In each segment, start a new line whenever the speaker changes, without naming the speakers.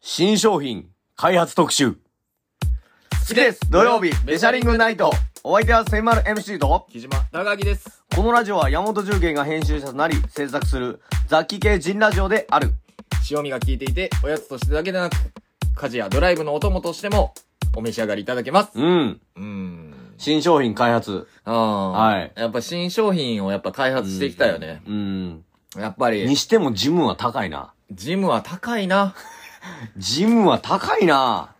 新商品開発特集。好きです土曜日、ベシャリングナイトお相手は千丸 MC と、
木島高木です
このラジオは山本重慶が編集者となり制作する雑記系人ラジオである。
塩味が効いていておやつとしてだけでなく家事やドライブのお供としてもお召し上がりいただけます
うん。
うーん
新商品開発。
ああ
はい
やっぱ新商品をやっぱ開発していきたいよね、
うん。
やっぱり
にしてもジムは高いな。
ジムは高いな
ジムは高いな。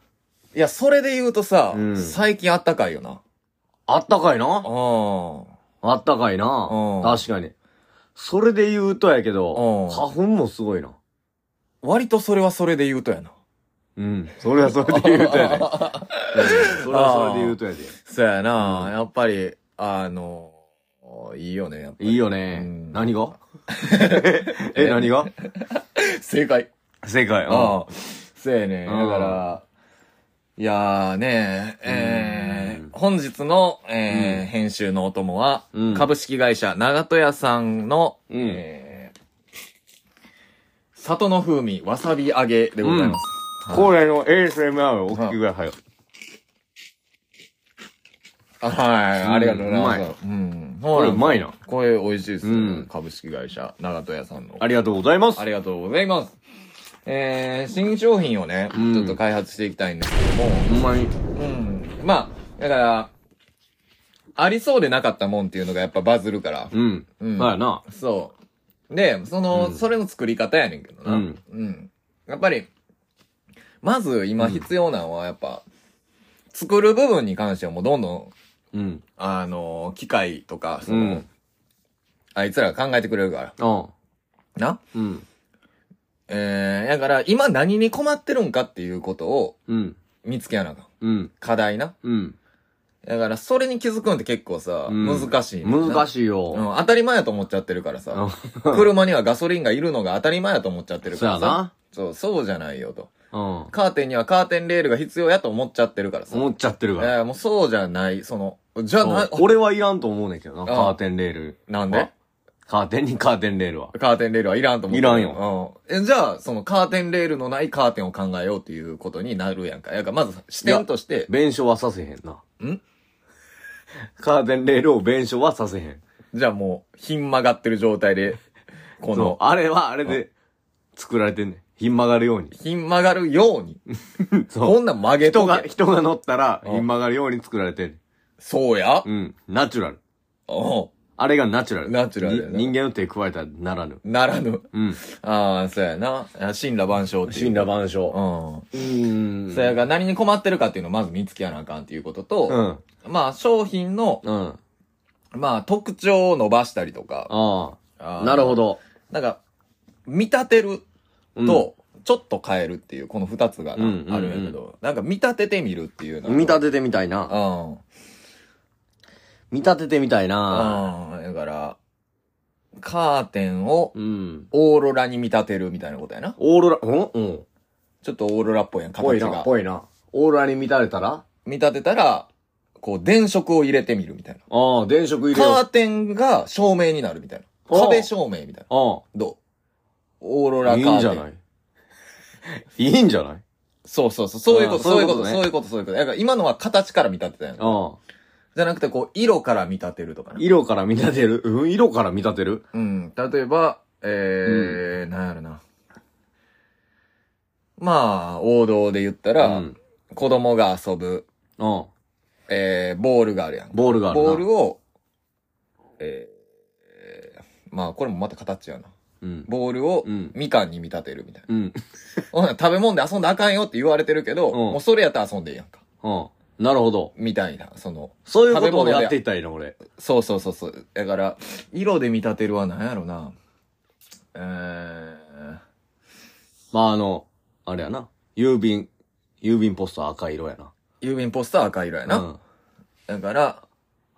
いやそれで言うとさ、
うん
最近あったかいよな
あったかいな。
あ
あったかいな
うん。
確かに。それで言うとやけど、
うん
花粉もすごいな。
割とそれはそれで言うとやな
うん。それはそれで 言うとやで。うんそれはそれで言うとやで。
そうやな、やっぱりあのいいよねやっぱり
いいよね
うん。
何が え、何が
正解
正解。
ああ、そうやね。だ
うん
から、いやーねえ
うん
ー、本日の、えー
うん
編集のお供は、
うん
株式会社長戸屋さんの、
うん
えー里の風味わさび揚げでございます。
恒例の ASMR をお聞きくださいよ。
あはい、
うん
ありがとうございます。うん。
こ
こ
れうまいな。
これ美味しいですよ、
うん
株式会社長戸屋さんの。
ありがとうございます
あ。りがとうございます。えー、新商品をね、
ん
ちょっと開発していきたいんですけども、
ほんまに。
うん。まあ、だから、ありそうでなかったもんっていうのがやっぱバズるから。
うん。
うん
まあな。
そう。で、その、
うん
それの作り方やねんけどな。
うん
やっぱり、まず今必要なのはやっぱ、作る部分に関してはもうどんどん、
うん。
あの機械とか、その、
うん
あいつらが考えてくれるから。
あ
な
うん。
えー、だから今何に困ってるんかっていうことを
うん。
見つけやなあかん。
うん。
課題な。
うん。
だから、それに気づくんって結構さ、
うん
難しい。
難
い。
しいうよ。
ん、当たり前やと思っちゃってるからさ。車にはガソリンがいるのが当たり前やと思っちゃってる
そ
か
う
ら
や
さ。
な。
そう、そうじゃないよと。
うん。
カーテンにはカーテンレールが必要やと思っちゃってるからさ。
思っちゃってる
え
から。
ーもうそうじゃない、その、じゃない、
俺はいらんと思うねんけどな。
ん
カーテンレール。
なんで
カーテンにカーテンレールは。
カーテンレールはいらんと思ってる
いらん
うん。え、じゃあ、そのカーテンレールのないカーテンを考えようっていうことになるやんか。やから、まず視点として、
弁償はさせへんな。
ん
カーテンレールを弁償はさせへん。
じゃあもう、ひん曲がってる状 態で、
そ
こ
う
の、、
あれはあれで作られてんねん。ひん曲がるよ うに。
ひん曲がるように、
そ
こ
う。
んなん曲げと
人
け
が、人が乗ったら、
うん
ひん曲がるように作られてんねん。
そうや
うん。ナチュラル。
おう
あれがナチュラル。
ナチュラルやな
に人間の手加えたらならぬ。
ならぬ。
うん。
ああ、そうやな。あ神羅万象っていう。
神羅万象。
うん。
うーん。
そやから何に困ってるかっていうのをまず見つけやなあかんっていうこと
う
と、
ん。
まあ商品の、
うん。あ
まあ特徴を伸ばしたりとか、
あ。
あー
なるほ。ど。
なんか、見立てる
うん、
と、ちょっと変えるっていう、この二つがな
うんうんうん
あるんやけど、なんか見立ててみるっていうのが
見立ててみたいな。
うん。
見立ててみたいな。
うん。だから、カーテンを
うん。
オーロラに見立てるみたいなことやな。
オーロラ、うんうん。
ちょっとオーロラっぽいやん、
ぽ
形
いな、
が。
ぽいな。オーロラに見立てたら
見立てたら、こう、電飾を入れてみるみたいな。
ああ、電飾入れよ
カー
う。
テンが照明になるみたいな。
ああ
壁照明みたいな。
あ
どうオーロ
あ。
ラ
い
カーテン。
いんじゃないいいんじゃない
そうそうそう。そういうこと、
ああ
そういうこと、
そう
そう
い
いうこと、そういうこと。だから今のは形から見立てたやん。
ああ。
じゃなくて、こう、色から見立てるとかね。
色から見立てるうん、色から見立てる
うん。例えば、えー、なんやろな。まあ、王道で言った
う
ら、
ん。
子供が遊ぶ、
うん。
えー、ボールがあるやん。
ボールがあるな。
ボールを、えー、まあこれもまた形やな。
うん。
ボールを
うん
みかんに見立てるみたいな。
うん。
ほな食べ物で遊んだらあかんよって言われてるけど、
うん
もうそれやったら遊んでいいやんか。
うん。なるほど。
みたいな、その、
そういうことをやっていったらいいの、俺。
そうそうそうそう。だから、色で見立てるは何やろな。えー、
まあ、あの、あれやな。郵便、郵便ポスト赤色やな。
郵便ポストは赤色やな。
うん。
だから、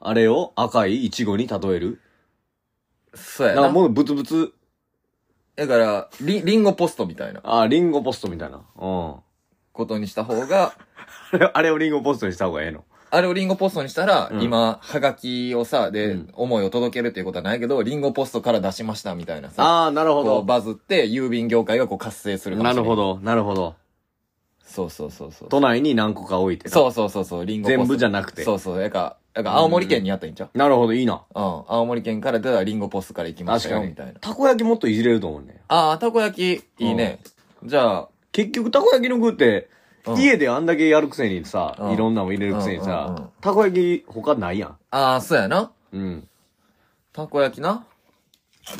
あれを赤いイチゴに例える。
そうや
なんか
な。
もうブツブツ、
だから、リリンゴポストみたいな
あ、リンゴポストみたいな。うん。
ことにした方が、
あれあれをリンゴポストにした方がええの。
あれをリンゴポストにしたら、
うん
今、はがきをさ、で、
うん
思いを届けるっていうことはないけど、リンゴポストから出しましたみたいなさ、
ああ、なるほ
こう
ど。
バズって、郵便業界がこう活性するかもし
な
れな
る
い。
ほ
ど。
ど、なるほど。
そうそうそうそう。
都内に何個か置いてな。
そうそうそうそう、リンゴポスト。
全部じゃなくて
そうそう。やか、やか青森県にあったんちゃう
なるほど、いいな。
うん。青森県から出たらリンゴポストから行きまし
確か
たよ、み
に
たいな。。
たこ焼きもっといじれると思うね。
ああ、たこ焼き、いいね。じゃあ、
結局たこ焼きの具って、
うん
家であんだけやるくせにさ、
うん
いろんなの入れるくせに
うんうんうん
さ、たこ焼き他ないやん。
ああ、そうやな。
うん。
たこ焼きな。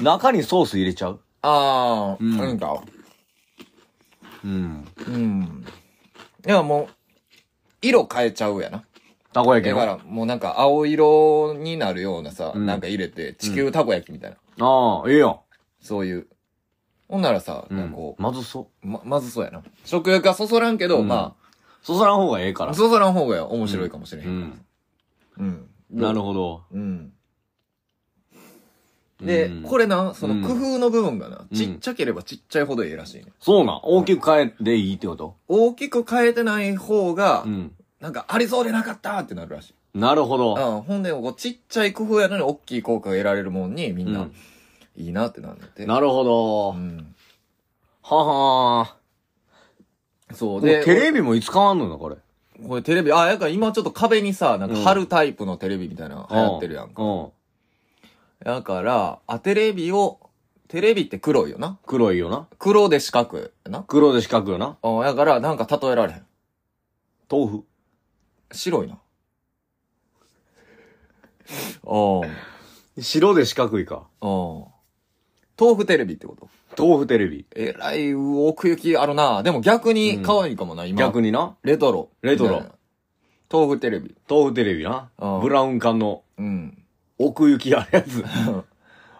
中にソース入れちゃう
ああ、
うん
なんか。
うん。
うん。いや、もう、色変えちゃうやな。
たこ焼きの。
だか
あ
ら、もうなんか青色になるようなさ、
うん
なんか入れて、地球たこ焼きみたいな。
あ、ええやん。
そういう。ほんならさ、
う
なん
ん
かこ。、
まずそう
ま、まずそうやな。食欲がそそらんけど、
うん
ま
う。そそらん方がええから
あ、。そそらん方が面白いかもしれへん。
うん。
うん。
なるほど。
うん。で、
うん
これな、そうの
ん
工夫の部分がな、
うん
ちっちゃければちっちゃいほどいいらしいね。
そうなん。大きく変えていいってこと
大きく変えてない方が、
うん。
なんかありそうでなかったってなるらしい。
なるほど。
うん。ほんで、こうちっちゃい工夫やのに大きい効果が得られるもんに、み
うん
な、
ん。
いいなってなるんだって。
なるほ
う
ど。
ん。
はは
そう。
ー。で、
で、
テレビもいつ変わんのよな、これ。
これテレビ、あ、やから今ちょっと壁にさ、なんか
うん
貼るタイプのテレビみたいなの流行ってるやんか。
うん。
だから、あ、テレビを、テレビって黒いよな。
黒いよな。
黒で四角やな。
黒で四角よな。
うん。だから、なんか例えられへん。
豆腐。
白 いな。おうん。
白で四角いか。
おうん。豆腐テレビってこと
豆腐テレビ。
えらい奥行きあるな。でも逆に可愛いかもな、今。
逆
に。
にな。
レトロ。
レトロ
みたいな。豆腐テレビ。
豆腐テレビな
うん。
ブラウン管の
うん。
奥行きあるやつ。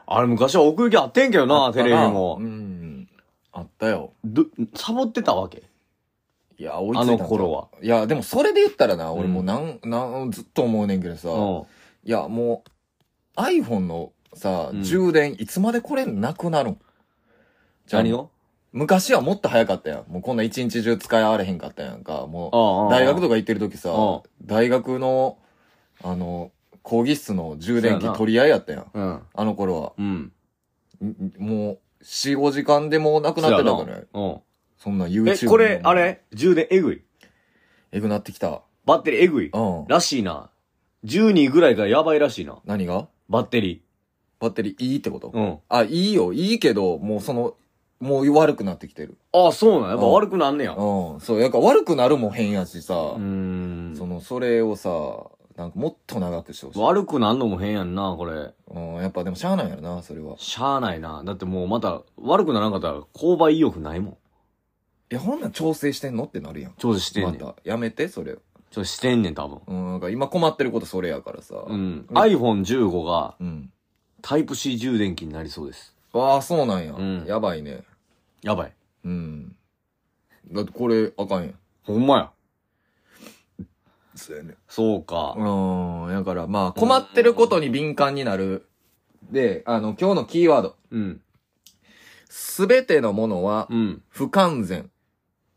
あれ昔は奥行きあってんけどな、
った
テレビも
う。ん。あったよ。
どサボってたわけ。
いや、追いついたんちゃう
あの頃は。
いや、でもそれで言ったらな、
ん
俺もうなん、なん、ずっと思うねんけどさ。
うん。
いや、もう、iPhone のさ、
うん
充電、いつまでこれなくなるんじゃあ
何を
昔はもっと早かったやん。もうこんな一日中使い合われへんかったやんか。もう、大
大
学
と
とか行ってる時さ
うん、
大学の、あの、講義室の充
そ
電
うやな
器取り合いやったやん。
うん。
あの頃
うん。
は。んんもう、4、5時間でもうなくなってたからね。
うん。
そんな YouTube
え、これ、あれ充電えぐい。
えぐなってきた。
バッテリーえぐい。
うん。
らしいな。12ぐらいがやばいらしいな。
何が
バッテリ
バッテリーいいってこと、
ー。うん。
あ、いいよ。いいけど、もうその、もう悪くなってきてる。
ああ、そうなん。やっぱ
うん
悪くなんねや。
うん。そう、やっぱ悪くなるも変やしさ、
うーん
その、それをさ、なんかもっと長くしてほしい。
悪くなんのも変やんな、これ。
うん、やっぱでもしゃあないやろな、それは。
しゃあないな。だってもうまた、悪くならんかったら、購買意欲ないもん。
いや、ほんなん調整してんのってなるやん。
調子してんねん。
ま
ちょ
た、やめて、それ。
っとしてんねん、多分。
うん、なんか今困ってることそれやからさ。
う
うん。
ん。iPhone15 が、
うん。
タイプ C 充電器になりそうです。
ああ、そうなんや。
うん
やばいね。
やばい。
うん。だってこれ、あかんやん。
ほんまや。
そうやね。
そうか。
うん、やから、まあ、困ってることに敏感になる。で、あの、今日のキーワード。
うん。
すべてのものは
うん。
不完全っ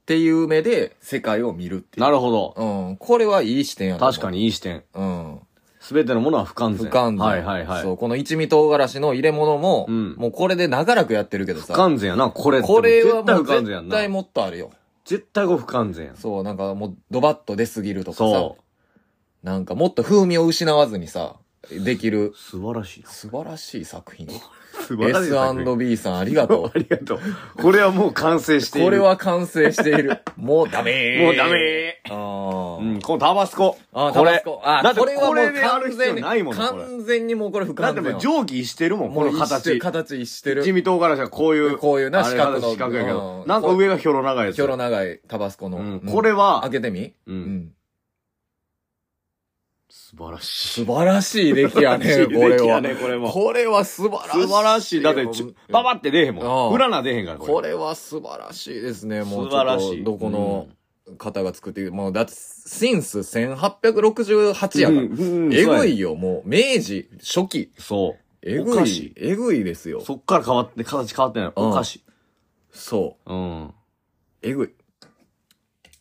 ていう目で世界を見るっていう。
なるほど。
うん。これはいい視点やと思う
確か。にいい視点。
うん。
すべてのものは不完全。
不完全。
はいはいはい。
そう、この一味唐辛子の入れ物も、
うん
もうこれで長らくやってるけど
不
さ。
完全やな、これって。
これは
絶対
もう
不完全や
絶
んな。
対もっとあるよ。
絶対これ不完全やん。
そう、なんかもうドバッと出すぎるとかさ
そ。
なんかもっと風味を失わずにさ、できる
う。。素晴らしいな。
素晴らしい作品。
素晴らしい作品。
S&B さんありが と
ありがとう。これはもう完成
う。
している。
これ。は完成している。もうダメー。
もうダメ
あー。
うん、このタバスコ。
あー、
こ
タ
れ
バスコ。あ
だ
ー、
って
これはも
これ
う
である
完
必要
全に、
ないもんこれ
完全にもうこれ不
だって
完全
も
や
う
わ。
定規してるもん、この
もう一緒
形。
形して
一
る。
味唐辛子はこういう。
こういうな
あれ
四角の
四角やけど
う。ん
なんか上がヒョロ長いやつ。
キョロ長いタバスコの。
うん
うん
これは
開、けてみ
う。
うんん。
素晴らし
素
い。
晴らしい出来 やね、
素
こ
晴ら
れ
しい出来や
は。
ねこれも
これは素晴らしい。
素晴らしい。だってちょ、ババって出えへんも
うん
ん。裏な出えへんから、
こ
これ。
れは素晴らしいですね、もう。
素晴らしい。
どこの方が作っている。もう、だって、シンス1868やから。
うんうん
え
そうや
ぐ
ね
いよ、もう。明治初期。
そ
え
お
ぐ
かし
い
い。
えぐいですよ
う。。そっから変わって、形変わってない。
うん
お菓子。
そ
うん。
う。えぐい。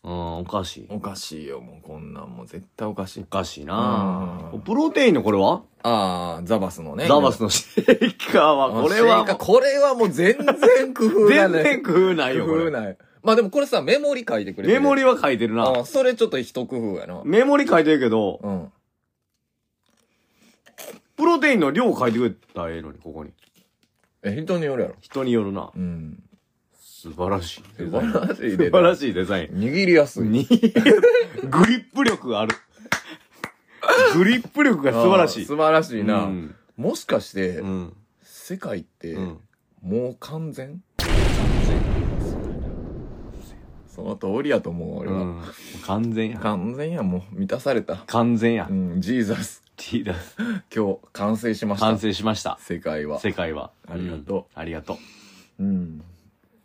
うん、お菓子。
おかしいよ、もうこんなんもう絶対おかしい
お。かしいな
うん
プロテインのこれは
あー、ザバスのね。
ザバスのシェイカー
あ
は、これは
シェイカーこれはもう全然工夫
う、
が
全
ない。
然工夫ないよ。
工
こ
夫
れ
ない。まあでもこれさ、メモリ書いてくれて
メ
る。
モリは書いてる
あ
な。
あそれちょっと一工夫やな。
メモリ書いてるけど、
うん。
プロテインの量書いてくれたらええのに、ここに。
え、人によるやろ。
人によるな。
うん。
素晴らしい。
素晴らしい
素
ね。
晴らしいデザイ ン。
握りやすい。
にグリップ力がある。グリップ力が素晴らし
あ
い。
ー素晴らしいな。
うん。
もしかして、
うん。
世界って、
うん
もう完全その通りやと思う、俺は。
うん完全や。
完全や、もう。満たされた。
完全や
う。ん、ジーザス。
ティーダス。
今日、完成しました。
完成しました。
世界は。
世界は。
ありがと
うん。ありがと
うん。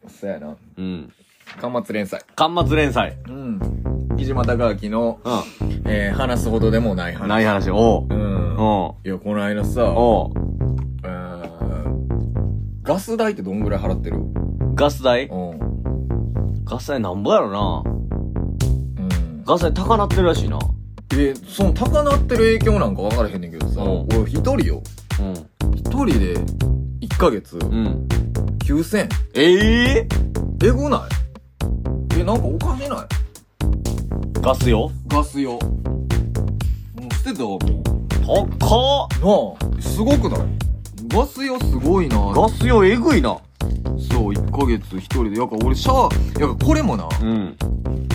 そうやな。
う。うん。
巻末連載。
巻末連載。
うん。木島孝明の、
う
えー、話すほどでもない
ん。
話。
ない話。おう
う。ん。
お
いや、この間さ
う。、おう。
えー、ガス代ってどんぐらい払ってる
ガス代
うん。
ガス代なんぼやろな。
うん。
ガス代高なってるらしいな。
え、その高鳴ってる影響なんか分からへんねんけどさ、
うん
俺一人よ。
うん。
一人で1ヶ月
うん。
9000。
ええ
えぐないえ、なんかおかしない
ガスよ
ガス用。うん、捨てたもう。
高っ
なあ、すごくないガス用すごいな
ガスよえぐいな。
そう、1ヶ月一人で。やっぱ俺シャワー、やっぱこれもな、
うん。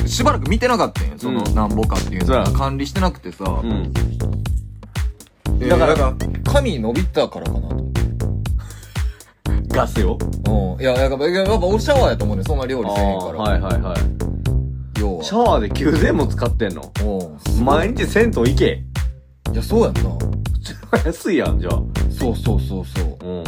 しばらく見てなかったんや。その、
うん
なんぼかっていうの
そうや
管理してなくてさ。
うん。
えー
だ
だ
か
からら、髪伸びたからかなと思って。
ガスよ
うん。いや、やっぱ、やっぱ俺シャワーやと思うねんそんな料
あ
理せえへんか
ー
ら。
はいはいはい。
要は。
シャワーで9000も使ってんの
うん。すごい
毎日銭湯行け。
いや、そうやんな。
安いやん、じゃあ。
そうそうそうそう。
うん。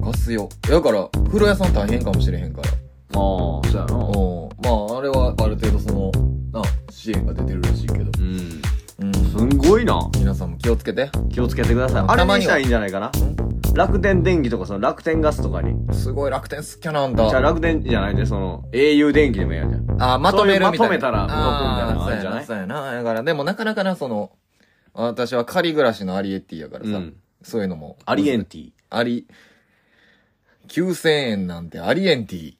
ガス用。だから、風呂屋さん大変かもしれへんから。
ああ、そうやな。
うん。まあ、あれはある程度その、な、支援が出てるらしいけど。
うん。
うん。
すんごいな。
皆さんも気をつけて。
気をつけてください。
うん
あれ
たま
に
に
し
は
たらいいんじゃないかな。楽天電気とか、その楽天ガスとかに。
すごい楽天好きやな、あん
じゃあ
た。
楽天じゃないね、その、au 電気でもいいやんじゃん。
あ、まとめる
そう
みたいな。
いうまとめたら
あー
動くみたいなのあるんじゃない
そうやな、そうやな。だから、でもなかなかな、その、私は仮暮らしのアリエッティやからさ、
うん
そういうのも。
アリエン
ィ。
ティ。
アリ、9000円なんてアリエンティ。